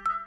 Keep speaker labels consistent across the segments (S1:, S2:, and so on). S1: いつ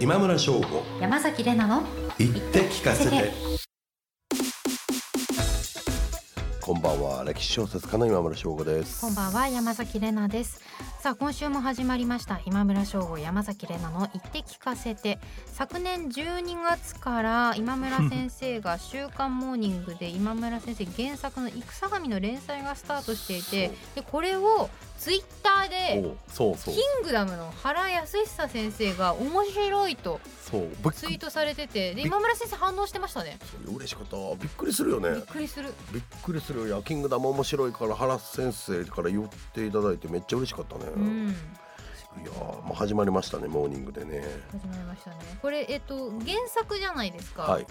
S2: 今村翔吾
S3: 山崎れなの
S2: 言って聞かせ
S3: せ
S2: て
S3: て
S2: こんばんは歴史小説家の今村翔吾です
S3: こんばんは山崎れなですさあ今週も始まりました今村翔吾山崎れなの言って聞かせて昨年12月から今村先生が週刊モーニングで今村先生原作の戦神の連載がスタートしていてでこれをツイッターで
S4: おそうそ
S3: キン
S4: う
S3: グダムの原康久先生が面白いと
S4: そうぶっ
S3: ツイートされててで今村先生反応してましたね
S2: 嬉しかったびっくりするよ
S3: び
S2: ね
S3: っくりする
S2: びっくりするよいやキングダム面白いから原先生から言っていただいてめっちゃ嬉しかったね、
S3: うん
S2: いやーもう始まりましたねモーニングでね
S3: 始まりましたねこれえっと原作じゃないですか、
S2: はい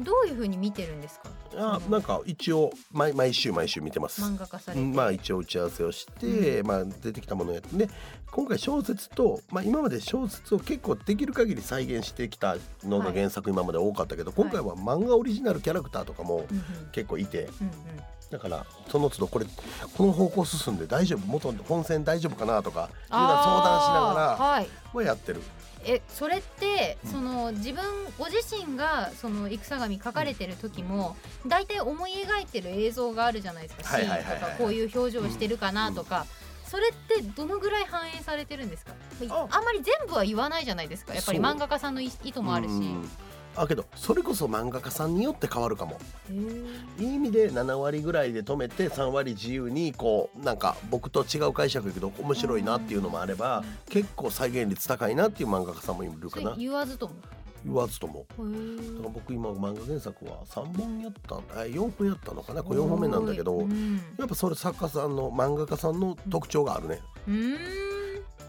S3: どういうふうに見てるんですか
S2: あなんか一応毎毎週毎週見てます
S3: 漫画化され
S2: う
S3: て、
S2: んまあ一応打ち合わせをして、まあ出てきたものをやってで今回小説と、まあ、今まで小説を結構できる限り再現してきたの
S3: は
S2: が
S3: い
S2: 原作今まで多かったけど、今回は漫画オリジナルキャラクターとかも
S3: うんうん
S2: 結構いて
S3: うん
S2: だからその都度これこの方向進んで大丈夫元の本線大丈夫かなとかいうのは相談しな
S3: あー
S2: がら
S3: はい
S2: はやってる。
S3: えそれって、
S2: うん
S3: その自分ご自身がその戦神書かれてる時も大体思い描いてる映像があるじゃないですか
S2: は
S3: シ
S2: い
S3: ー
S2: はい
S3: ン
S2: はいはい
S3: とかこういう表情をしてるかなとか、それってどのぐらい反映されてるんですか
S2: あ
S3: ああんまり全部は言わないじゃないですかやっぱり
S2: そう
S3: 漫画家さんの意意図もあるし
S2: うんあけどそれこそ漫画家さんによって変わるかも
S3: へー
S2: いい意味で7割ぐらいで止めて3割自由にこうなんか僕と違う解釈やけど面白いなっていうのもあれば結構再現率高いなっていう漫画家さんもいる
S3: そ
S2: か
S3: れ
S2: な
S3: 言わずとも
S2: 言わずとも。
S3: へー
S2: だから僕今漫画原作は3本やったんだ4本やったのかなこれ4本目なんだけど、
S3: うん
S2: やっぱそれ作家さんの漫画家さんの特徴があるね。
S3: うーん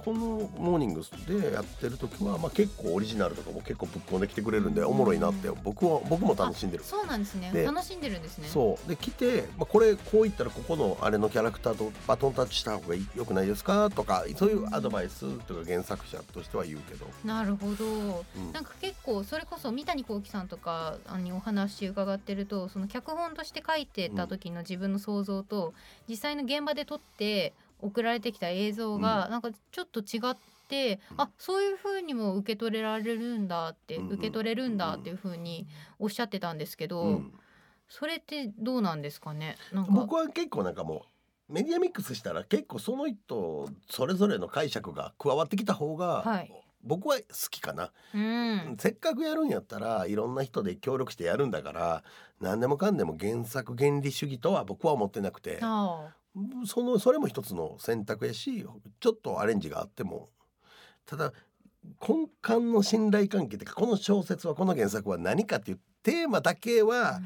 S2: この「モーニングス」でやってる時は、まあ、結構オリジナルとかも結構ぶっ込んできてくれるんでおもろいなって僕は僕も楽しんでる。
S3: そうなんですね
S2: で
S3: 楽しんでるんですね
S2: そうで来て、まあ、これこういったらここのあれのキャラクターとバトンタッチした方がよくないですかとかそういうアドバイスとか原作者としては言うけど、
S3: なるほど
S2: うん
S3: なんか結構それこそ三谷幸喜さんとかにお話伺ってるとその脚本として書いてた時の自分の想像と、実際の現場で撮って送られてきた映像がなんかちょっと違って、
S2: うん
S3: あそういう風にも受け取れられるんだって、
S2: うんうん
S3: 受け取れるんだっていう風におっしゃってたんですけど、
S2: うん
S3: それってどうなんですかねなんか
S2: 僕は結構なんかもうメディアミックスしたら結構その人それぞれの解釈が加わってきた方が、
S3: はい
S2: 僕は好きかな、
S3: うん
S2: せっかくやるんやったらいろんな人で協力してやるんだから何でもかんでも原作原理主義とは僕は思ってなくて
S3: ああ
S2: そのそれも一つの選択やしちょっとアレンジがあってもただ根幹の信頼関係っていうかこの小説はこの原作は何かっていうテーマだけは
S3: うん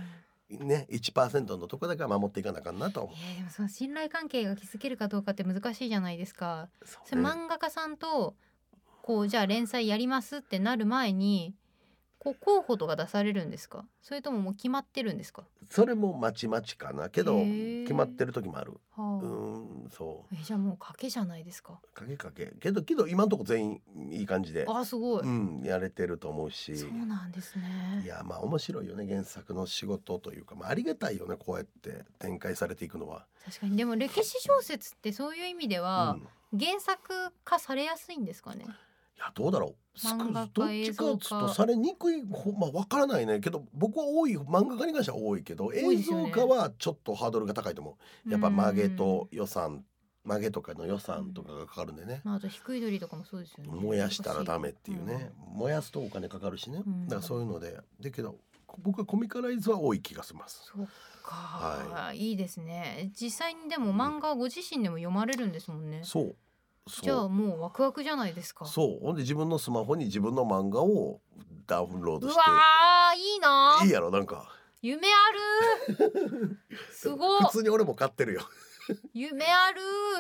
S2: ね1%のとこだけは守っていかなあかんなとは思
S3: いやでもその信頼関係が築けるかどうかって難しいじゃないですか。
S2: う。
S3: それ漫画家さんとこうじゃあ連載やりますってなる前にこう候補とか出されるんですかそれとももう決まってるんですか、
S2: それもまちまちかなけど
S3: へー
S2: 決まってる時もある
S3: はあ
S2: うーんそ
S3: えじゃあもう賭けじゃないですか
S2: うかけかけけどけど今のとこ全員いい感じで、
S3: あすごい、
S2: うん、やれてると思うし
S3: そうなんですね
S2: いやまあ面白いよね原作の仕事というか、まあ、ありがたいよねこうやって展開されていくのは。
S3: 確かにでも歴史小説ってそういう意味では
S2: うん
S3: 原作化されやすいんですかね、
S2: いやどうだろう少
S3: 漫画か
S2: どっちかっつう
S3: 映像
S2: と
S3: か
S2: されにくいほまあわからないねけど僕は多い漫画家に関しては多いけど
S3: い
S2: 映
S3: ですよ
S2: 像
S3: ね
S2: 化はちょっとハードルが高いと思うやっぱ曲げと
S3: うん
S2: 予算曲げとかの予算とかがかかるんでね
S3: まあ、あと低い鳥とかもそうですよね
S2: 燃やしたらダメっていうね、燃やすとお金かかるしね、
S3: うん
S2: だからそういうのでだけどこ僕はコミカライズは多い気がします
S3: そうか、い、いですね実際にでも漫画ご自身でも読まれるんですもんね
S2: そう
S3: じゃ
S2: そ
S3: あ
S2: う
S3: もうワクワクじゃないですか
S2: そうほんで自分のスマホに自分の漫画をダウンロー
S3: う
S2: ド
S3: わ
S2: し
S3: ーいいな
S2: ていいやろなんか
S3: 夢あ るすごい
S2: 普通に俺も買ってるよ
S3: 夢あ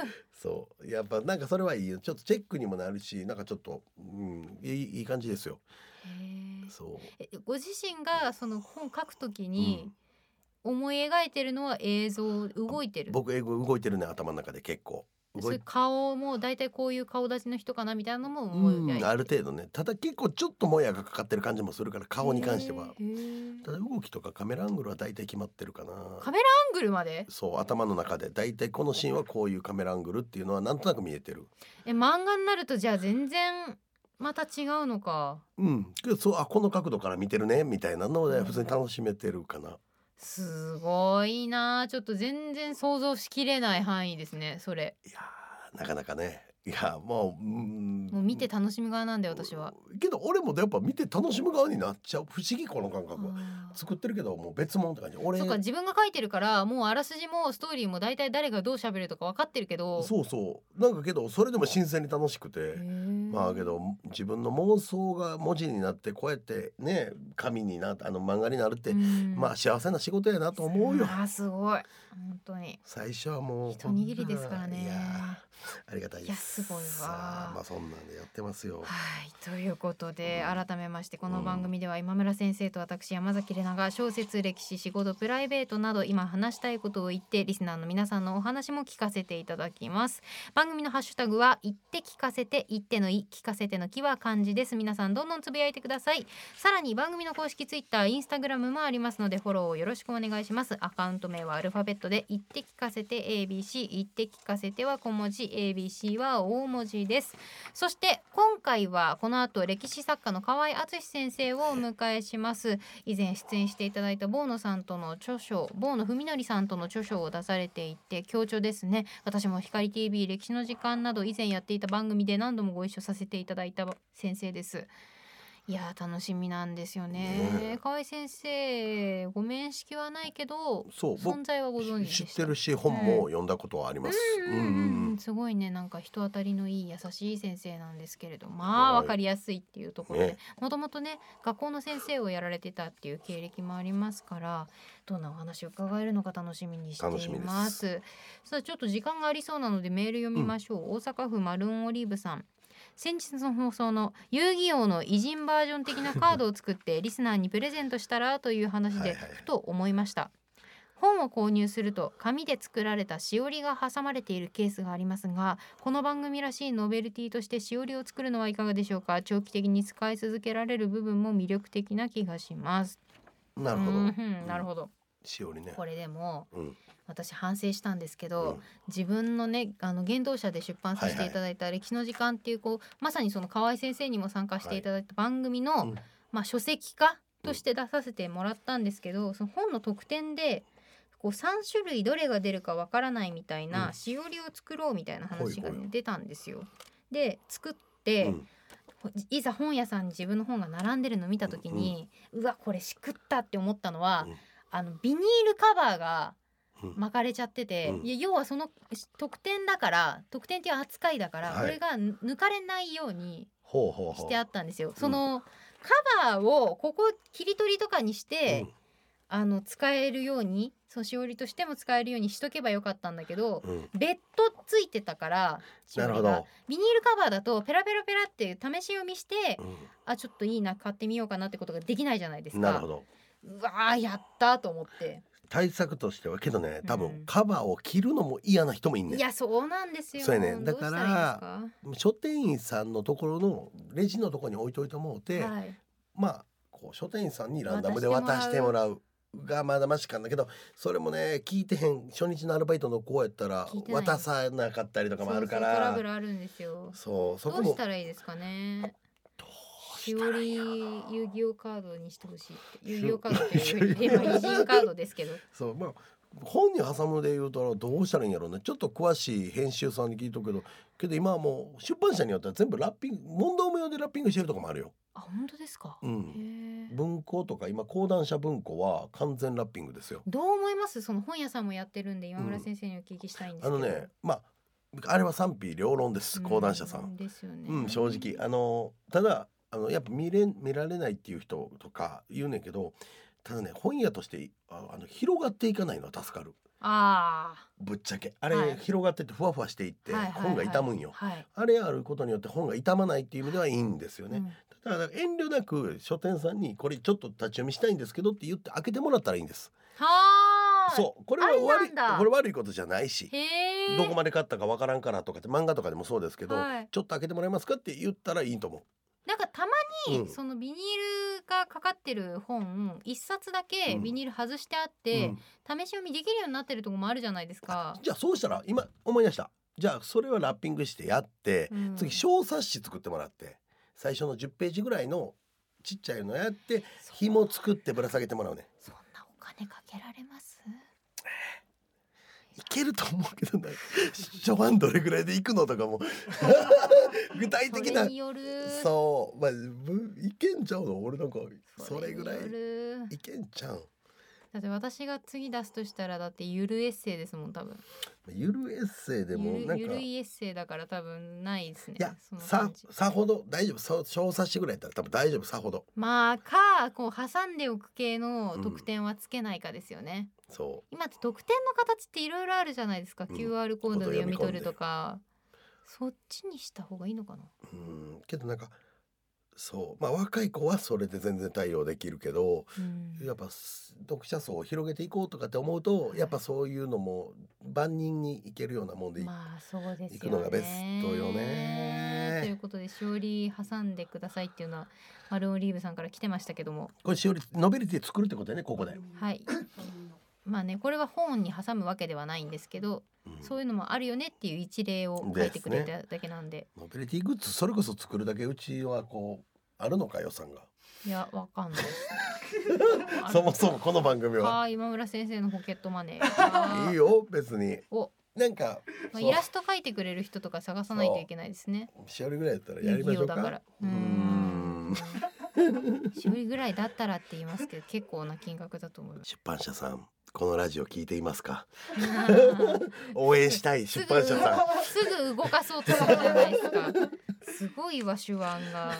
S3: る
S2: そうやっぱなんかそれはいいよちょっとチェックにもなるしなんかちょっと、うん、いいいい感じですよ
S3: へー
S2: そう
S3: えご自身がその本書くときに思い描いてるのは映像動いてる
S2: 僕英語動いてるね頭の中で結構
S3: そ
S2: 動
S3: う
S2: い
S3: いう顔も大体こういう顔立ちの人かなみたいなのも思い描いて
S2: うんある程度ねただ結構ちょっともやがかかってる感じもするから顔に関しては
S3: へーへー
S2: ただ動きとかカメラアングルは大体決まってるか
S3: カ
S2: な
S3: メラアングルまで
S2: そう頭の中で大体このシーンはこういうカメラアングルっていうのはなんとなく見えてる
S3: え漫画になるとじゃあ全然また違うのか
S2: うんけどそうあこの角度から見てるねみたいなので普通に楽しめてるかな
S3: すごいなあちょっと全然想像しきれない範囲ですねそれ
S2: いやーなかなかねいやもううん
S3: もう見て楽しむ側なんだよ私は
S2: けど俺もやっぱ見て楽しむ側になっちゃう不思議この感覚は
S3: あー
S2: 作ってるけどもう別物って感じ俺
S3: そうか自分が書いてるからもうあらすじもストーリーも大体誰がどう喋るとか分かってるけど
S2: そうそうなんかけどそれでも新鮮に楽しくて
S3: へえ
S2: まあけど自分の妄想が文字になってこうやってね紙になあの漫画になるって、
S3: うん
S2: まあ幸せな仕事やなと思うよ
S3: あーすごい本当に
S2: 最初はもう
S3: 一握りですからね
S2: いやーありがたいです
S3: いやすごいわ
S2: さあまあそんなんでやってますよ
S3: はいということで、
S2: うん
S3: 改めましてこの番組では今村先生と私山崎怜奈が小説歴史仕事プライベートなど今話したいことを言ってリスナーの皆さんのお話も聞かせていただきます番組のハッシュタグは言って聞かせて言ってのい聞かせてのきは漢字です皆さんどんどんつぶやいてくださいさらに番組の公式ツイッターインスタグラムもありますのでフォローをよろしくお願いしますアカウント名はアルファベットで言って聞かせて ABC 言って聞かせては小文字 ABC は大文字ですそして今回はこの後歴史作家の河合敦先生をお迎えします以前出演していただいたボーノさんとの著書ボーノ文則さんとの著書を出されていて強調ですね私も光 TV 歴史の時間など以前やっていた番組で何度もご一緒させていただいた先生ですいやー楽しみなんですよ
S2: ね
S3: ね
S2: え
S3: 河合先生ご面識はないけど
S2: そう僕
S3: 存在はご存知
S2: 知
S3: で
S2: っ
S3: してた
S2: るし本も読んだことはあります、
S3: うんうんうんうんすごいねなんか人当たりのいい優しい先生なんですけれどまあ
S2: はい
S3: わかりやすいっていうところで
S2: ね
S3: もともとね学校の先生をやられてたっていう経歴もありますからどんなお話を伺えるのか楽しみにして
S2: 楽し
S3: い
S2: みです
S3: ますさあちょっと時間がありそうなのでメール読みましょう、大阪府マルーンオリーブさん先日の放送の遊戯王の偉人バージョン的なカードを作ってリスナーにプレゼントしたらという話
S2: はい
S3: で
S2: はいはい
S3: ふと思いました本を購入すると紙で作られたしおりが挟まれているケースがありますがこの番組らしいノベルティとしてしおりを作るのはいかがでしょうか長期的に使い続けられる部分も魅力的な気がします
S2: なるほど、
S3: うんうんなるほど
S2: しおりね
S3: これでも
S2: うん
S3: 私反省したんですけど、
S2: うん
S3: 自分のねあの原動者で出版させていただいた「歴史の時間」っていうこうまさにその河合先生にも参加していただいた番組の、
S2: うん
S3: まあ、書籍化として出させてもらったんですけどその本の特典でこう3種類どれが出るかわからないみたいうなんしおりを作ろうみたいな話が
S2: ほいほい
S3: 出たんですよ。で作って、
S2: うん
S3: いざ本屋さんに自分の本が並んでるのを見た時に、うわこれしくったって思ったのは、
S2: うん
S3: あのビニールカバーが
S2: うん
S3: 巻かれちゃってて、
S2: うん
S3: いや要はそのし特典だから特典っていう扱いだから、
S2: はい
S3: これが抜かれないように
S2: ほうほうほう
S3: してあったんですよ。そのカバーをここ切り取りとかにして、あの使えるようにそうしおりとしても使えるようにしとけばよかったんだけど
S2: うんうん、
S3: 別途ついてたからしお
S2: な
S3: り
S2: る
S3: が
S2: ほど、
S3: ビニールカバーだとペラペラペラって試し読みして、
S2: う
S3: あちょっといいな買ってみようかなってことができないじゃないです
S2: ん、なる
S3: か
S2: ほ。ど
S3: うわーやったと思って
S2: 対策としてはけどね多
S3: う
S2: 分
S3: ん
S2: カバーを切るのも嫌な人もいんね
S3: いやそうなんですよ。
S2: そうやねだ
S3: ど
S2: から
S3: したいいで
S2: 書店員さんのところのレジのところに置いといてもうて、
S3: すかはい、
S2: まあこう書店員さんにランダムで渡してもらうがまだましかんだけどそれもね聞いてへん初日のアルバイトの子やったら
S3: 聞いてない
S2: 渡さなかったりとかもあるか
S3: そうそうトラ
S2: ら
S3: ブルあるんですよ。
S2: そうそ
S3: ど
S2: こ
S3: う
S2: も
S3: したらいいですかね。
S2: どう
S3: し
S2: し
S3: お
S2: たらい
S3: り
S2: いの
S3: 遊戯王カードにしてほしいって。
S2: し
S3: 遊戯王カードっていう今偉人カードですけど。
S2: そうまあ本に挟むで言うたらどうしたらいいんやろうねちょっと詳しい編集さんに聞いとくけどけど今はもう出版社によっては全部ラッピング問答無用でラッピングしてるとこもあるよ。
S3: あ本当ですか。
S2: う
S3: へ
S2: ん、
S3: ー
S2: 文庫とか今講談社文庫は完全ラッピングですよ。
S3: どう思いますその本屋さんもやってるんで今村先生にお聞きしたいんです
S2: あ
S3: けど。
S2: のねまああれは賛否両論です講談社さ。
S3: うんですよね。
S2: うん、正直あのただあのやっぱ見れ見られないっていう人とか言うねんけどただね本屋としてああの広がっていかないのは助かる
S3: あ
S2: ぶっちゃけあれ、
S3: はい
S2: 広がってってふわふわしていって、
S3: あ、はいはいはい
S2: 本が傷むんよ。
S3: はい。
S2: あれあることによって本が傷まないっていう意味ではいいんですよね。
S3: うん
S2: だから遠慮なく書店さんにこれちょっと立ち読みしたいんですけどって言って開けてもらったらいいんです。
S3: はーい
S2: そうこれは悪い
S3: あなんだ
S2: これ悪いことじゃないし。
S3: へえ
S2: どこまで買ったかわからんからとかって漫画とかでもそうですけど、
S3: はい
S2: ちょっと開けてもらえますかって言ったらいいと思
S3: なんかたまに、
S2: うん
S3: そのビニールがかかってる本一冊だけ
S2: うん
S3: ビニール外してあっ
S2: う。
S3: て、
S2: うん
S3: 試し読みできるようになってるとこもあるじゃないです か。
S2: じゃあそうしたら今思い出した。じゃあそれはラッピングしてやって、
S3: うん
S2: 次小冊子作ってもらって最初の10ページぐらいのちっちゃいのやって
S3: そ
S2: 紐作ってぶら下げてもらうね。
S3: そんなお金かけられます
S2: いけると思うけど な初版どれぐらいで行くのとかも具体的
S3: そ
S2: な
S3: れによる
S2: そうまあぶいけんちゃうの俺なんかそれぐらい
S3: そによる
S2: いけんちゃうん
S3: だって私が次出すとしたらだってゆるエッセイですもん多分
S2: ゆるエッセイでも
S3: ゆ
S2: な
S3: る
S2: ん
S3: ゆ
S2: か
S3: る
S2: い
S3: いエッセイだから多分ないですね
S2: や
S3: その
S2: さ
S3: 感じ
S2: さほど大丈夫さ小冊子ぐらいだったら多分大丈夫さほど
S3: まあかこう挟んでおく系の特典はつけないかですよね、
S2: そ
S3: 今って特典の形っていろいろあるじゃないですか、
S2: うん
S3: QR コードで読み取る
S2: ことを読み込んで
S3: とかそっちにした方がいいのかな
S2: ううんけどなんかそうまあ若い子はそれで全然対応できるけど
S3: うん
S2: やっぱす読者層を広げていこうとかって思うとやっぱそういうのも万人にいけるようなもんでい
S3: まあそうですよね
S2: 行くのがベストよね
S3: ということでしおり挟んでくださいっていうのはマルオリーブさんから来てましたけども
S2: これしおりノベリティ作るってことだよねここで、
S3: はいまあねこれは本に挟むわけではないんですけど
S2: うん
S3: そういうのもあるよねっていう一例を書いてくれただけなんで
S2: ノベリティグッズそれこそ作るだけうちはこうあるのか予算が
S3: いやわか んないですね
S2: そもそもこの番組は
S3: あー今村先生のポケットマネーあ ー
S2: いいよ別に
S3: お
S2: なんか
S3: まあ、
S2: そう
S3: イラスト描いてくれる人とか探さないといけないですね。
S2: しおりぐらいだったらやりましょうか
S3: 遊戯王だから
S2: うーん
S3: しおりぐらいだったらって言いますけど、結構な金額だと思い ます。
S2: 出版社さんこのラジオ聞いていますか応援したい出版社さ
S3: すぐ動かそうとするじゃないですか。すごいわ手腕 が。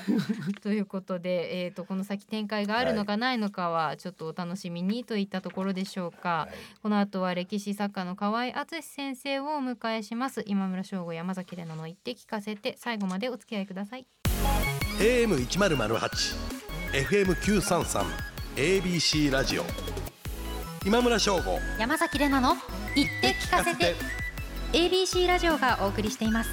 S3: ということで、えー、とこの先展開があるのかないのかはちょっとお楽しみにといったところでしょうか。
S2: ん、はい
S3: この後は歴史作家の河合敦先生をお迎えします。今村翔吾山崎怜奈の言って聞かせて最後までお付き合いください。
S2: AM 一ゼロゼロ八、FM 九三三、ABC ラジオ。今村翔吾。
S3: 山崎れなの言って聞かせて ABC ラジオがお送りしています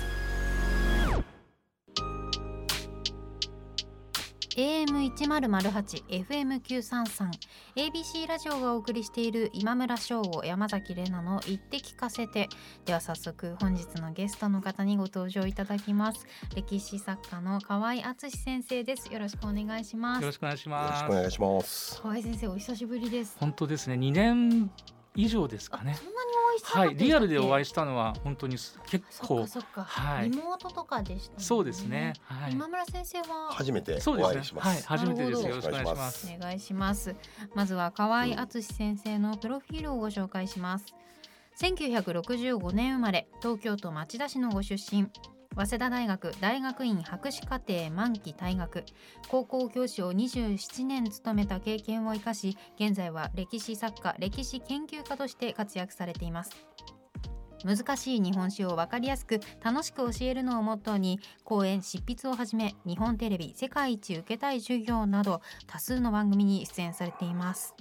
S3: AM1008、FM933、ABC ラジオがお送りしている今村翔吾、山崎れなの言って聞かせてでは早速本日のゲストの方にご登場いただきます歴史作家の河合敦先生ですよろしくお願いしま
S4: よろ
S3: す
S4: しくお願いし
S2: よろ
S4: ま
S2: し
S4: す
S2: くお。願いします。
S3: 河合先生お久しぶりです
S4: 本当ですね、2年以上ですかね
S3: そ。んなにお会いしてなか
S4: は
S3: った
S4: い、
S3: でし
S4: リ
S3: たっ
S4: ア
S3: け
S4: ルでお会いしたのは本当にす結
S3: そっ
S4: 構
S3: かそっか、
S4: はい
S3: リモートとかでした、
S4: そうですね。。はい。
S3: 今村先生は
S2: 初めて
S4: そう
S2: お会
S4: で
S2: い
S4: す
S2: し
S4: ね。
S2: ま
S4: はい、
S2: す。
S4: 初めてです。
S3: な
S4: よ
S2: ほど
S3: る
S4: ろしくお願いします。
S3: お願いします。まずは河合敦先生のプロフィールをご紹介します。1965年生まれ、東京都町田市のご出身。早稲田大学大学院博士課程満期退学高校教師を27年務めた経験を生かし現在は歴史作家歴史研究家として活躍されています難しい日本史を分かりやすく楽しく教えるのをモットーに講演執筆をはじめ日本テレビ「世界一受けたい授業」など多数の番組に出演されています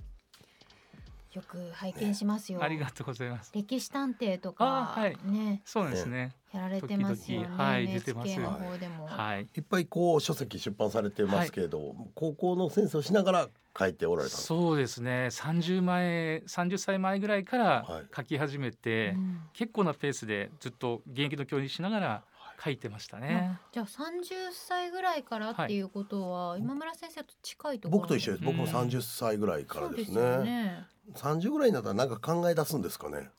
S3: よく拝見しますよ、
S4: ありがとうございます。
S3: 歴史探偵とか、
S4: あーはい
S3: ね
S4: そうなんですね。
S3: やられてますよね
S4: 時々はい出てます
S3: NHK の方でも、
S4: はい。
S2: いっぱいこう書籍出版されてますけれど、高校の先生をしながら書いておられたんです。
S4: そうですね。30前、30歳前ぐらいから
S2: はい
S4: 書き始め
S3: う
S4: て、
S3: ん
S4: 結構なペースでずっと現役の教員しながら書いてましたね。
S3: じゃあ30歳ぐらいからっていうことは、今村先生と近いところ
S2: 僕と一緒です。
S4: う
S2: 僕
S4: ん
S2: も三十歳ぐらいからです
S3: そうよ
S2: ね。
S3: ね
S2: 三十、ぐらいになったらなんか考え出すんですか ね。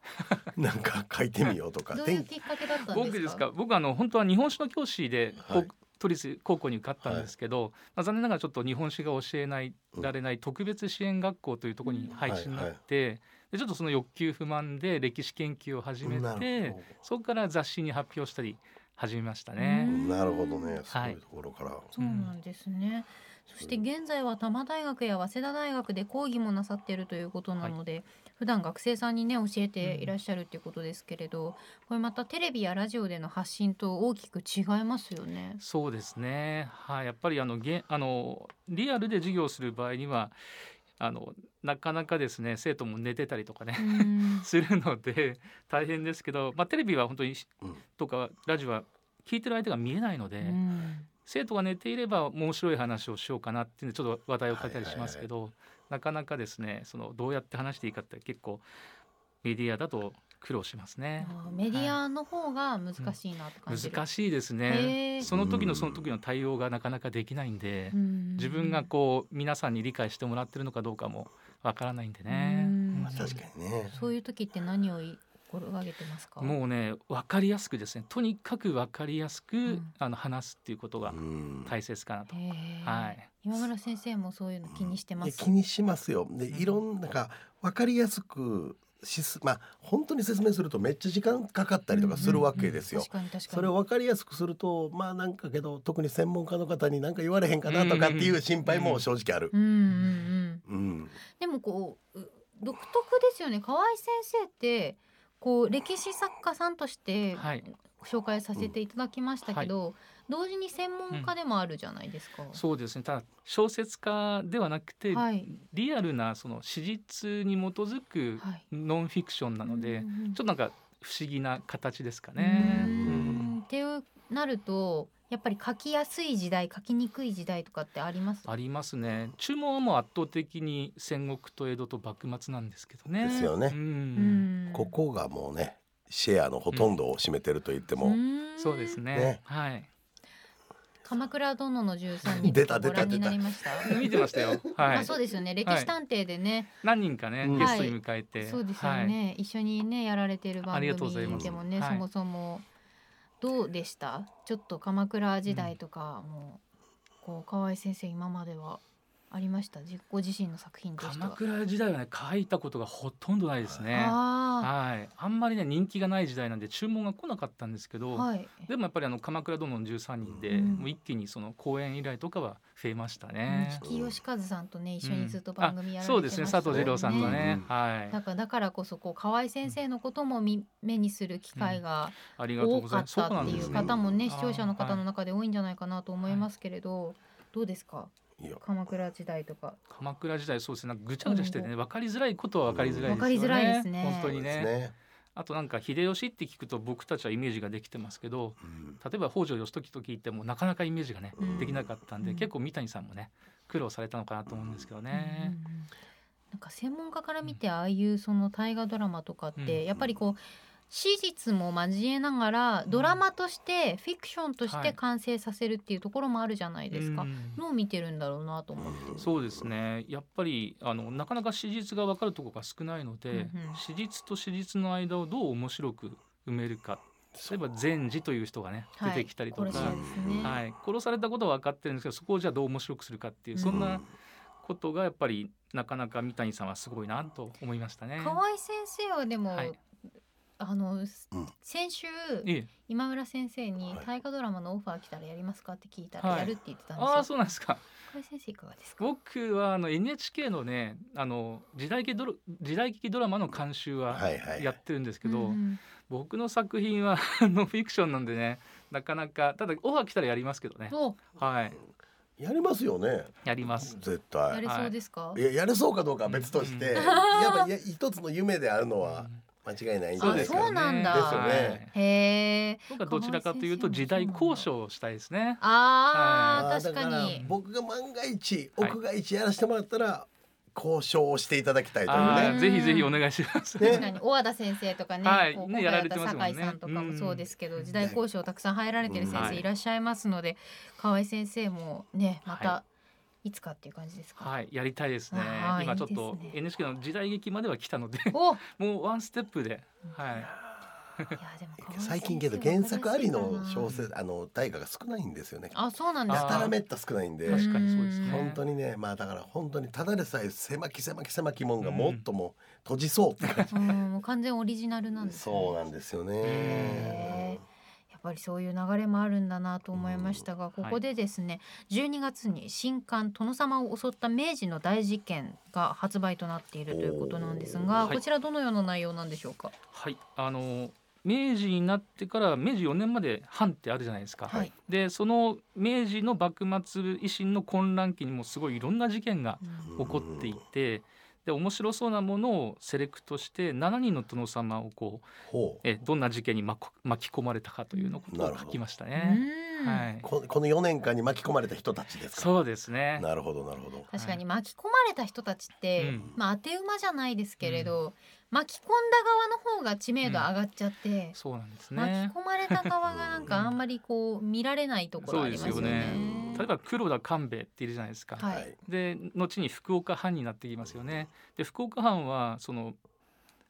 S2: なんか書いてみようとか。
S3: どうい
S2: 天
S3: う
S2: 気
S3: きっかけだったんですか
S4: 僕ですか僕あの本当は日本史の教師で、
S2: はい
S4: こう都立高校に受かったんですけど、まあ、残念ながらちょっと日本史が教えない
S2: うん
S4: られない特別支援学校というところに配置になって、でちょっとその欲求不満で歴史研究を始め
S2: なる
S4: て
S2: ほ
S4: そこから雑誌に発表したり始めました
S3: う
S4: ね。
S2: ど。
S3: ん
S2: なるほどね。すご
S4: はい
S2: いところから。
S3: そうなんですね、そして現在は多摩大学や早稲田大学で講義もなさっているということなので、普段学生さんにね教えていらっしゃるっていうことですけれど、これまたテレビやラジオでの発信と大きく違いますよね。
S4: そうですね。はい、やっぱりあのげあのリアルで授業をする場合にはあのなかなかですね生徒も寝てたりとかね
S3: う。ん
S4: するので大変ですけど、まあ、テレビは本当に、
S2: うん
S4: とかラジオは聞いてる相手が見えないので、
S3: うん
S4: 生徒が寝ていれば面白い話をしようかなっていうのでちょっと話題を変えたりしますけど、なかなかですねそのどうやって話していいかって結構メディアだと苦労しますね。
S3: あーメディアの方が難しいなって感じる。
S4: 難しいです
S3: へ
S4: ね
S3: ー
S4: その時
S2: う
S4: の
S2: ん
S4: その時の対応がなかなかできないんで、
S3: うん
S4: 自分がこう皆さんに理解してもらってるのかどうかもわからないんでね。
S3: うん
S2: まあ確かにね。
S3: そういう時って何を心がけてますか。
S4: もうね分かりやすくですねとにかく分かりやすく、
S3: ん
S4: あの話すっていうことが
S2: うん
S4: 大切かなと。
S3: へー
S4: はい
S3: 今村先生もそういうの気にしてま
S2: いや
S3: す。
S2: 気にしますよ。で、
S4: ん
S2: いろんなか分かりやすくしす、まあ本当に説明するとめっちゃ時間かかったりとかするわけですよ。
S3: 確かに確かに。
S2: それを分かりやすくするとまあなんかけど特に専門家の方に何か言われへんかなとかっていう心配も正直ある。
S3: うんうんうん。
S2: うん、
S3: でもこうう独特ですよね。河合先生ってこう歴史作家さんとして
S4: はい、
S3: 紹介させていただきましたけど、同時に専門家でもあるじゃないですか。
S4: そうですねただ小説家ではなくて、
S3: はい
S4: リアルなその史実に基づく
S3: はい。
S4: ノンフィクションなので、
S3: うんうんうん
S4: ちょっとなんか不思議な形ですか
S3: うー
S4: ね。
S3: んっていうなるとやっぱり書きやすい時代書きにくい時代とかってあります
S4: ありますね注文はもう圧倒的に戦国と江戸と幕末なんですけどね。
S2: ですよね
S4: う
S3: うんん
S2: ここがもうねシェアのほとんどを占めてると言っても、
S3: ーん
S4: そうですね
S2: ね
S4: はい
S3: 鎌倉殿の13人
S2: 出た
S3: ご
S2: 出た
S3: 覧になりました
S4: 見てました よ、は
S3: あ
S4: い、
S3: そうですよね歴史探偵でね、
S4: 何人かね、
S2: うん
S4: ゲストに迎えて、
S3: そうですよ
S4: はい
S3: ね、一緒にねやられてる番
S4: ありがとうござい
S3: 組
S4: ます
S3: でもね
S4: はい
S3: そもそもどうでしたちょっと鎌倉時代とかもこう河合先生今まではありましたじご自身の作品でした
S4: 鎌倉時代はね書いたことがほとんどないですね。
S3: あ
S4: はい、あんまりね人気がない時代なんで注文が来なかったんですけ
S3: あ
S4: ど、
S3: はい
S4: でもやっぱりあの鎌倉殿の13人で、
S3: うん
S4: もう一気にその公演依頼とかは増えました
S3: うん
S4: ね。
S3: 木木義和さんとね一緒
S4: う
S3: に
S4: ん
S3: ずっと番組やられて
S4: そう
S3: ま
S4: で
S3: し
S4: す
S3: た
S4: ね
S3: もん
S4: 佐藤二郎さんとね、
S2: う
S3: だ
S4: はい
S3: からだからこそこう河合先生のことも見目にする機会が
S4: ありがとう
S3: 多
S4: ご
S3: か
S4: ざいま
S3: っ
S4: す。そう
S3: た
S4: な
S3: っ
S4: ん
S3: て
S4: で
S3: い
S4: す
S3: う
S4: ね
S3: 方もね
S4: あー
S3: 視聴者の方の中で多いんじゃないかなと思いますけれど、どうですか
S2: いや
S3: 鎌倉時代とか
S4: 鎌倉時代そうですねなんかぐちゃぐちゃしててね分かりづらいことは分かりづらいですよね。
S3: 分かりづらいですね
S4: 本当
S2: そう
S4: に
S2: です
S4: ね。
S2: ね。
S4: あとなんか秀吉って聞くと僕たちはイメージができてますけど、
S2: うん
S4: 例えば北条義時と聞いてもなかなかイメージがね、
S2: うん
S4: できなかったんで、結構三谷さんもね苦労されたのかなと思うんですけど
S3: うんうん
S4: ね。
S3: うんなんか専門家から見てああいうその大河ドラマとかっ
S4: うん
S3: てやっぱりこう史実も交えながらドラマとしてフィクションとし
S4: は
S3: て
S4: い
S3: 完成させるっていうところもあるじゃないですか。
S4: うん
S3: のを見てるんだろうなと思って。
S4: そうですねやっぱりあのなかなか史実が分かるところが少ないので、
S3: うんうん
S4: 史実と史実の間をどう面白く埋めるか例えば善治という人がね出てきたりとか、
S3: はい、殺し屋
S4: は
S3: ですね
S4: い。殺されたことは分かってるんですけどそこをじゃあどう面白くするかっていう、
S3: うん
S4: そんなことがやっぱりなかなか三谷さんはすごいなと思いましたね。
S3: 河合先生はでも、
S4: はい
S3: あの、
S2: ん
S3: 先週
S4: いえ
S3: 今村先生に
S2: はい
S3: 大河ドラマのオファー来たらやりますかって聞いたら、
S4: はい
S3: やるって言ってたんですよ。
S4: ああそうなんですか
S3: 河合先生いかがですか。
S4: 僕はあの NHK のねあの時代劇ドラ時代劇ドラマの監修は
S2: はいはい。
S4: やってるんですけど、
S3: うんうん
S4: 僕の作品はノンフィクションなんでねなかなかただオファー来たらやりますけどね
S3: どう
S4: はい
S2: やりますよね。
S4: やります
S2: 絶
S3: や
S2: 対。
S3: れそうですか。
S2: いややれそうかどうかは別として、
S4: うん
S2: やっぱいや一つの夢であるのは間違いないんじゃないです
S3: あ
S2: か
S3: そうなんだ
S2: ですよね
S4: はい
S3: へえ。
S4: 僕はどちらかという
S3: 河合先生も
S4: と時代交渉をしたいですね
S3: あ
S2: あ
S3: あ、
S2: ー
S3: 確か
S2: だら
S3: に。
S2: 僕が万が一
S4: はい
S2: 屋が一やらせてもらったら、交渉をしていただきたいという
S4: あ
S2: ね
S4: ーぜひぜひお願いします、
S2: ね
S3: 確かに小和田先生とかね、
S4: はい
S3: こう
S4: ね
S3: 小和
S4: や
S3: 田
S4: られてますもんね
S3: 酒井さんとかもそうですけど、
S4: うん
S3: 時代交渉たくさん入られてる先
S4: は
S3: 生
S4: い
S3: いらっしゃいますので、河合先生もねまた
S4: はい
S3: つかっていう感じですか。
S4: はいやりたいですね
S3: あー
S4: 今ちょっと
S3: いいですね
S4: NHK の時代劇までは来 たので
S3: お、い
S4: もうワンステップではい
S3: やでも河合先生
S2: 最近けど原作あり
S3: お
S2: の
S3: かしいかな
S2: 小説あの大河が少ないんですよね
S3: あ、そうなんです
S2: や
S4: あー
S2: たら
S3: か。
S2: めった少ないんで
S4: 確かにそうですね
S2: 本当にねまあだから本当にただでさえ狭き狭き狭き門がもっともう閉じそうって感じ、
S3: うん、もう完全オリジナルなんです、ね。
S2: そうなんですよ
S3: へ
S2: ね
S3: ーやっぱりそういう流れもあるんだなと思いましたが、
S4: うん
S3: ここでですね、12月に新刊殿様を襲った明治の大事件が発売となっているということなんですが、
S4: おー
S3: こちらどのような内容なんでしょうか。
S4: はい、あの明治になってから明治4年まで藩ってあるじゃないですか、
S3: はい
S4: でその明治の幕末維新の混乱期にもすごいいろんな事件が
S2: うん
S4: 起こっていて、で面白そうなものをセレクトして7人の殿様をこう
S2: ほう
S4: えどんな事件に巻こ巻き込まれたかというのこと
S2: なる
S4: を
S2: ほど
S4: 書きました
S3: う
S4: ね。
S3: ん
S4: はい、
S2: ここの4年間に巻き込まれた人たちですか
S4: そうですね
S2: なるほどなるほど
S3: 確かに巻き込まれた人たちって、
S4: うん
S3: まあ当て馬じゃないですけれど、巻き込んだ側の方が知名度上がっちゃって、
S4: そうなんです
S3: 巻
S4: ね
S3: き込まれた側がなんか
S4: うん
S3: あんまりこう見られないところありますよね。
S2: そうですよね
S4: 例えば黒田官兵衛っているじゃないですか、
S3: はい
S4: で後に福岡藩になってきますよね。で福岡藩はその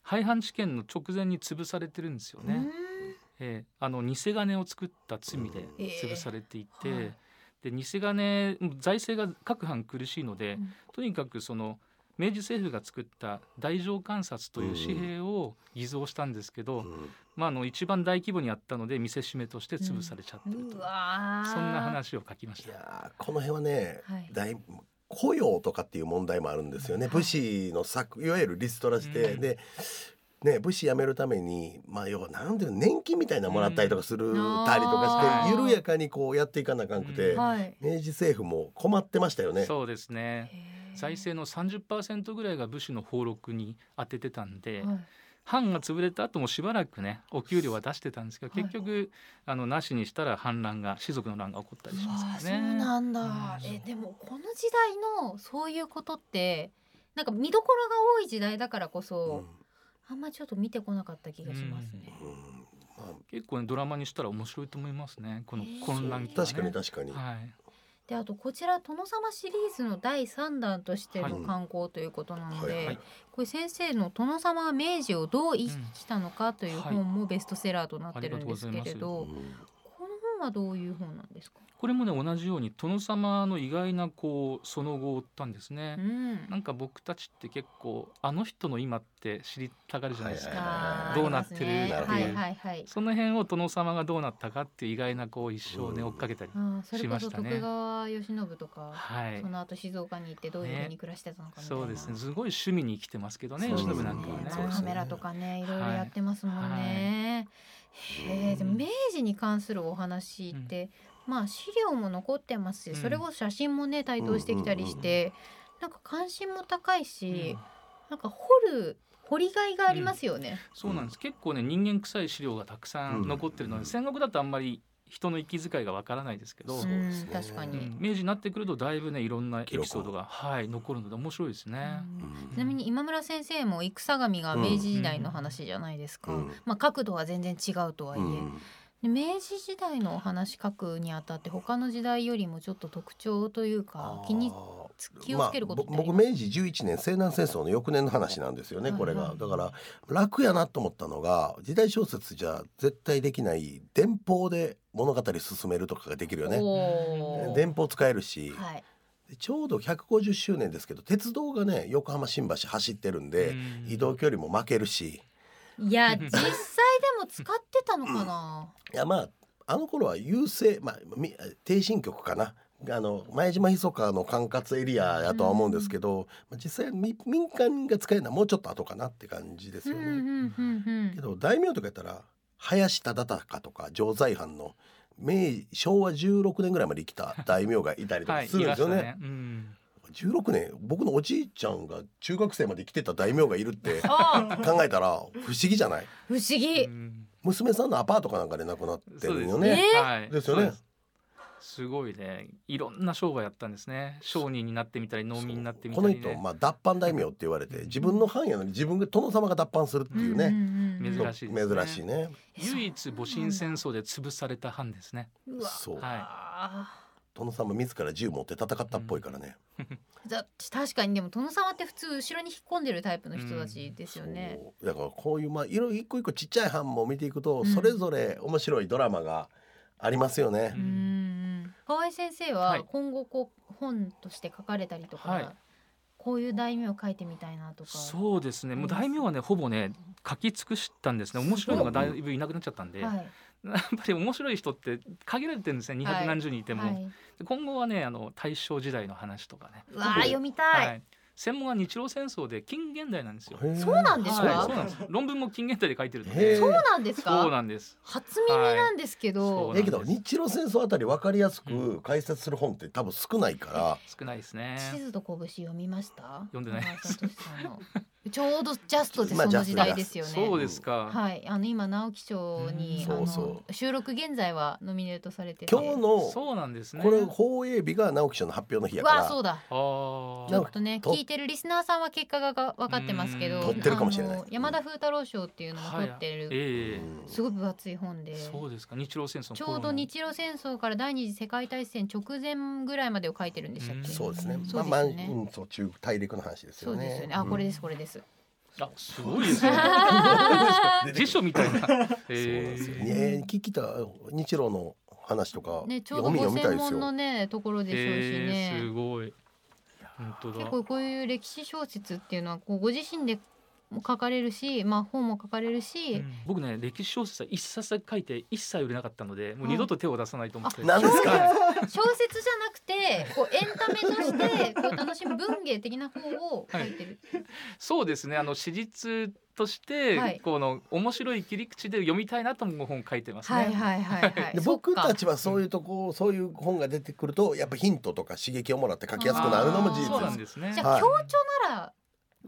S4: 廃藩置県の直前に潰されてるんですよね。ええあの偽金を作った罪で潰されていて、
S3: ええはい
S4: で偽金財政が各藩苦しいので、
S3: うん
S4: とにかくその明治政府が作った大乗観察という紙幣を偽造したんですけど、
S2: うん
S4: まあ、あの一番大規模にやったので見せしめとして潰されちゃって
S3: う
S4: ると、
S3: んうわー
S4: そんな話を書きまし
S2: い
S4: た。
S2: やーこの辺はね、
S3: はい
S2: だい雇用とかっていう問題もあるんですよね、
S3: はい
S2: 武士の作いわゆるリストラして、
S4: うん
S2: で、ね、武士辞めるために、まあ、要はなんていうの年金みたいなのもらったりとかする、
S3: うん
S2: たりとかして
S3: あー
S2: 緩やかにこうやっていかなあかんくて、
S4: うん
S3: はい。
S2: 明治政府も困ってましたよね。
S4: そうですね
S3: へー
S4: 財政の30%ぐらいが武士の俸禄に当ててたんで、
S3: はい
S4: 藩が潰れた後もしばらくねお給料は出してたんですけど
S3: はい
S4: 結局、あのなしにしたら反乱が士族の乱が起こったりしますからね。
S3: うわーそうなんだ。
S4: うん
S3: えでもこの時代のそういうことってなんか見どころが多い時代だからこ
S2: うん
S3: そ、あんまちょっと見てこなかった気がしますね。
S2: うんま
S4: 結構ねドラマにしたら面白いと思いますねこの
S3: へー
S4: 混乱
S2: あ、
S4: 期はね
S2: 確かに確かに、
S4: はい、
S3: であとこちら殿様シリーズの第3弾として
S4: はい
S3: の刊行ということなので、
S2: はい
S4: はい
S3: これ先生の「殿様は明治をどう生きたのか」という本もベストセラーとなってるんですけれ
S2: う
S3: ど、
S2: ん
S3: この本はどういう本なんですか、
S4: これもね同じように殿様の意外なこうその後を追ったんですね。
S3: うん
S4: なんか僕たちって結構あの人の今って知りたがるじゃないですか、
S2: はい
S3: あー
S4: どうなってる
S3: ありますね
S2: な
S3: は
S2: る
S3: い
S2: ほど
S3: はいはい。
S4: その辺を殿様がどうなったかっていう意外なこう一生をね
S2: うん
S4: 追っかけたり、
S3: ああそれこそ
S4: しましたね
S3: 徳川慶喜とか、
S4: はい
S3: その後静岡に行ってどういうふうに暮らしてたのかみたいな、
S4: そうですねすごい趣味に生きてますけどね
S2: そう
S4: 慶
S2: ですね
S4: 喜なんかはね
S2: そうですね
S3: カメラとかねいろいろやってますもんね。へえでも明治に関するお話って、まあ資料も残ってますし、
S4: うん
S3: それこそ写真もね台頭してきたりして、なんか関心も高いし、
S4: うん
S3: なんか掘る掘りがいがありますよね。
S4: そうなんです結構ね人間臭い資料がたくさん残ってるので、
S2: うん
S4: 戦国だとあんまり人の息遣いがわからないですけど、
S2: ん
S3: う
S2: そ
S3: ん
S2: うですね
S3: 確か
S4: う
S3: に、
S4: ん明治になってくるとだいぶねいろんなエ
S2: 記録
S4: ピソードがはい残るので面白いですね。
S2: うん
S3: ちなみに今村先生も戦神が明治時代の話じゃないですか、
S2: うん
S3: まあ角度は全然違うとはいえ、
S2: うん
S3: で明治時代のお話書くにあたって他の時代よりもちょっと特徴というか気に
S2: あー
S3: つ気をつけることって
S2: まあぼ僕明治11年西南戦争の翌年の話なんですよねこれ
S3: はい
S2: が
S3: はい
S2: だから楽やなと思ったのが時代小説じゃ絶対できない電報で物語進めるとかができるよね
S3: おー
S2: 電報使えるし、
S3: はい、
S2: でちょうど150周年ですけど鉄道がね横浜新橋走ってるんで、
S4: うん
S2: 移動距離も負けるし
S3: いや実際でも使ってたのかな、
S2: いやまああの頃は郵政、まあ、み挺身局かなあの前島密かの管轄エリアやとは思うんですけど、まあ実際み民間が使えるのはもうちょっと後かなって感じです
S3: うん、
S2: よ
S3: う
S2: ね。
S3: んうんうん
S2: けど大名とかやったら林忠敬とか常在藩の明昭和16年ぐらいまで生きた大名がいたりと
S4: は
S2: か
S4: い、
S2: するんですよ
S4: いま
S2: ね。
S4: したうん
S2: 16年僕のおじいちゃんが中学生まで来てた大名がいるって
S3: ああ
S2: 考えたら不思議じゃない
S3: 不思議
S4: うん
S2: 娘さんのアパートかなんかで亡くなって
S4: そう
S2: る
S4: で
S2: ん
S4: す
S2: よ
S4: ね。
S2: ね。
S4: はい、
S2: ですよね
S4: そうすごいね、いろんな商売やったんですね。商人になってみたり、農民になってみ
S2: こ
S4: た
S2: の
S4: り、
S2: 人、
S4: ね。
S2: まあ、脱藩大名って言われて自分の藩やのに自分が殿様が脱藩するっていうね、
S3: んうんうん
S4: 珍しいですね
S2: 珍しいね
S4: 唯一戊辰戦争で潰された藩ですね。
S3: うわ
S2: そう
S3: あ
S2: 殿様自ら銃持って戦ったっぽいからね、
S3: ーだ確かにでも殿様って普通後ろに引っ込んでるタイプの人たちですよね、
S2: そうだからこういうまあいろいろ一個一個ちっちゃい藩も見ていくと、
S3: うん
S2: それぞれ面白いドラマがありますよね
S3: う、んうん河合先生
S4: は
S3: はい今後こう本として書かれたりとか、
S4: はい
S3: こういう題名を書いてみたいなとか
S4: そうですね。
S3: あり
S4: もう
S3: ます
S4: 大名はね、ほぼね、書き尽くしたんですね。面白いのがだいぶいなくなっちゃったんで。
S3: はい、
S4: やっぱり面白い人って限られてるんですね
S3: はい
S4: 2何十人いても、
S3: はい、
S4: 今後はねあの大正時代の話とかね、
S3: うわー読みたい、
S4: はい専門は日露戦争で近現代なんですよ。
S2: へえ
S3: そうなんです
S4: はい、
S3: か
S4: そうなんです。論文も近現代で書いてるの
S2: へ
S4: で。
S2: ー
S3: そうなんですか
S4: そうなんです。
S3: 初耳なんですけど、
S4: はい
S2: だけど日露戦争あたり分かりやす
S4: う
S2: く解説する本って多分少ないから、
S4: 少ないですね。
S3: 地図と拳読みました
S4: 読んでないで
S3: 中村さんのちょう どジャストで
S2: まあ
S3: その時代
S2: ジ
S3: で
S2: ャス
S3: すよね、
S4: そうですか。
S3: はい、あの今直木賞に、
S2: うん
S3: あの
S2: そうそ
S3: 収録現在はノミネートされてて
S2: 今日の
S4: そうなんですね。
S2: これ放映日が直木賞の発表の日や
S3: う
S2: か
S3: わそ
S2: ら
S3: うだ
S4: あ
S3: ち
S2: なん
S4: あ
S3: ょ
S2: か
S3: っとね
S2: と
S3: 聞いてるリスナーさんは結果がが分かってますけど
S4: うん取って
S2: るかもしれない
S3: あの山田風太郎賞っていうのが取ってる、
S4: え
S2: うん
S3: すごい分厚い本
S4: え
S3: で
S4: そうですか。日露戦争の
S3: ちょう
S4: 頃の
S3: ど日露戦争から第二次世界大戦直前ぐらいまでを書いてるんでしたっけ
S2: そうですね
S3: そ
S2: まあ
S3: うです
S2: まあう
S3: よね
S2: んそう中大陸の話です
S3: そ
S2: よ
S3: う
S2: ね
S3: ですよねあ
S2: うん
S3: これですこれです
S4: あすごいですね。 辞書みたいな。
S2: そうなん
S4: え
S2: ですよ
S4: え
S2: ね聞きた日露の話とか
S3: ねちょうど
S2: 読み読
S3: ご
S2: みた
S3: 専
S2: いです
S3: 門の
S2: よ
S3: ねところでしょうしね、
S4: ええすごい。本当だ。
S3: 結構こういう歴史小説っていうのはこうご自身でも書かれるし、まあ、本も書かれるし、
S4: うん僕ね歴史小説は一冊だけ書いて一切売れなかったのでもう二度と手を出さないと思って、
S3: あ
S2: なんですか
S3: 小説じゃなくてこうエンタメとしてこう楽しむ文芸的な方を書いてる。
S4: そうですねあの史実として、
S3: はい
S4: この面白い切り口で読みたいなと思う本書いてますね、
S3: はいはいはいはい。
S2: で
S3: そっ
S2: 僕
S3: か
S2: たちはそういうとこそういう本が出てくるとやっぱヒントとか刺激をもらって書きやすくなるのも事
S4: そうな
S2: 実で
S4: んですね
S3: じゃ
S2: は
S3: あ
S2: い
S3: 強調な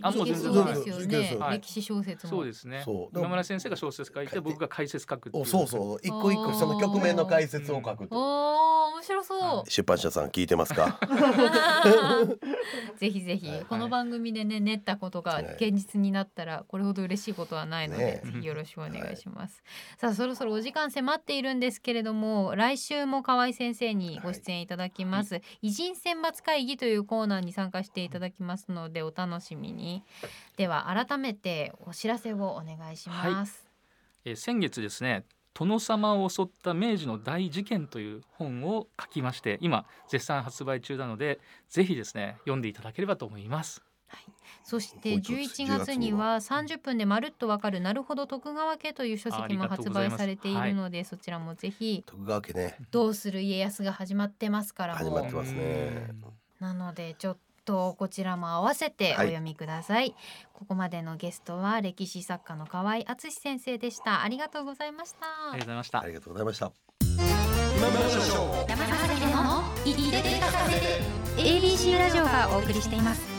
S4: あ
S3: ら
S4: も
S3: いうけ
S4: 全
S3: そ
S4: 然
S3: うですよ
S2: いけ
S3: ね
S2: そう。
S3: 歴史小説も。
S4: そうですね
S2: そう
S4: 今村先生が小説書いて僕が解説書くってい
S2: お
S4: う
S2: そうそう一個一個その局面の解説を書くと
S3: おお面白そう。
S2: 出版社さん聞いてます か
S3: ぜひぜひ
S2: はい
S3: この番組でね練ったことが現実になったらこれほど嬉しいことはないの
S2: ね、
S3: でぜひ よろしくお願いします。さあそろそろお時間迫っているんですけれども来週も河合先生にご出演いただきます、偉人選抜会議というコーナーに参加していただきますのでお楽しみに。では改めてお知らせをお願いします。
S4: えー先月ですね殿様を襲った明治の大事件という本を書きまして今絶賛発売中なのでぜひですね読んでいただければと思います
S3: そして11月には30分でまるっとわかるなるほど徳川家という書籍も発売されているのでそちらもぜひ
S2: 徳川家ね
S3: どうする家康が始まってますから
S2: 始まって
S3: も
S2: ますね
S4: うん
S3: うなのでちょっとこちらも合わせてお
S2: はい
S3: 読みください、ここまでのゲストは歴史作家の河合敦先生でしたありがとうございました
S4: ありがとうございました
S2: ありがとうございました
S1: 山崎怜奈の「いでてかさせて」ABC ラジオがお送りしています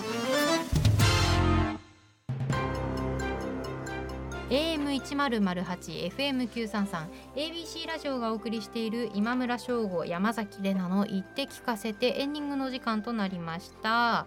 S3: AM 一0 0 8 FM 九三三 ABC ラジオがお送りしている今村翔吾山崎れなの言って聞かせてエンディングの時間となりました。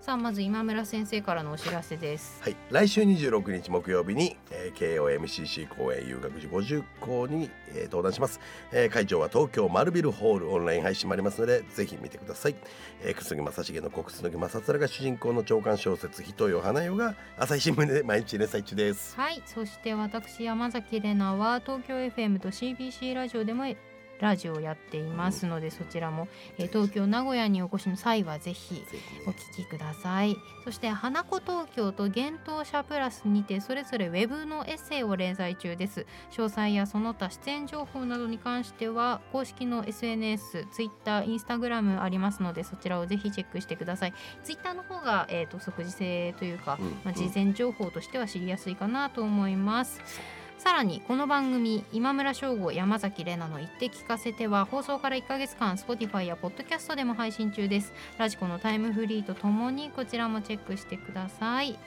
S3: さあまず今村先生からのお知らせです。
S2: はい、来週26日木曜日に、えー、KOMCC 公演遊学時50校に、えー登壇します、えー会場は東京丸ビルホールオンライン配信もありますのでぜひ見てください、えー、楠木正成の国楠木正面が主人公の長官小説「ひとよ花よ」が朝日新聞で毎日連載中です
S3: はい、そして私山崎れなは東京 FM と CBC ラジオでもラジオをやっていますのでそちらも、えー東京名古屋にお越しの際はぜひ
S2: ぜひね
S3: お聞きくださいそして花子東京と幻冬舎プラスにてそれぞれウェブのエッセイを連載中です詳細やその他出演情報などに関しては公式の SNS、Twitter、Instagram ありますのでそちらをぜひチェックしてください Twitter の方が、えー、と即時性というか、
S2: うん
S3: まあ、
S2: うん
S3: 事前情報としては知りやすいかなと思います、さらにこの番組今村翔吾山崎怜奈の言って聞かせては放送から1ヶ月間 Spotify や Podcast でも配信中ですラジコのタイムフリーとともにこちらもチェックしてください、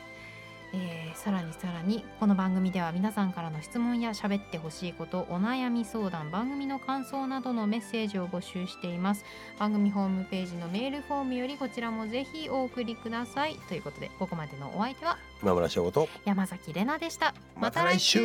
S3: えーさらにさらにこの番組では皆さんからの質問や喋ってほしいことお悩み相談番組の感想などのメッセージを募集しています番組ホームページのメールフォームよりこちらもぜひお送りくださいということでここまでのお相手は
S2: 今村翔吾と
S3: 山崎れなでした
S2: また来週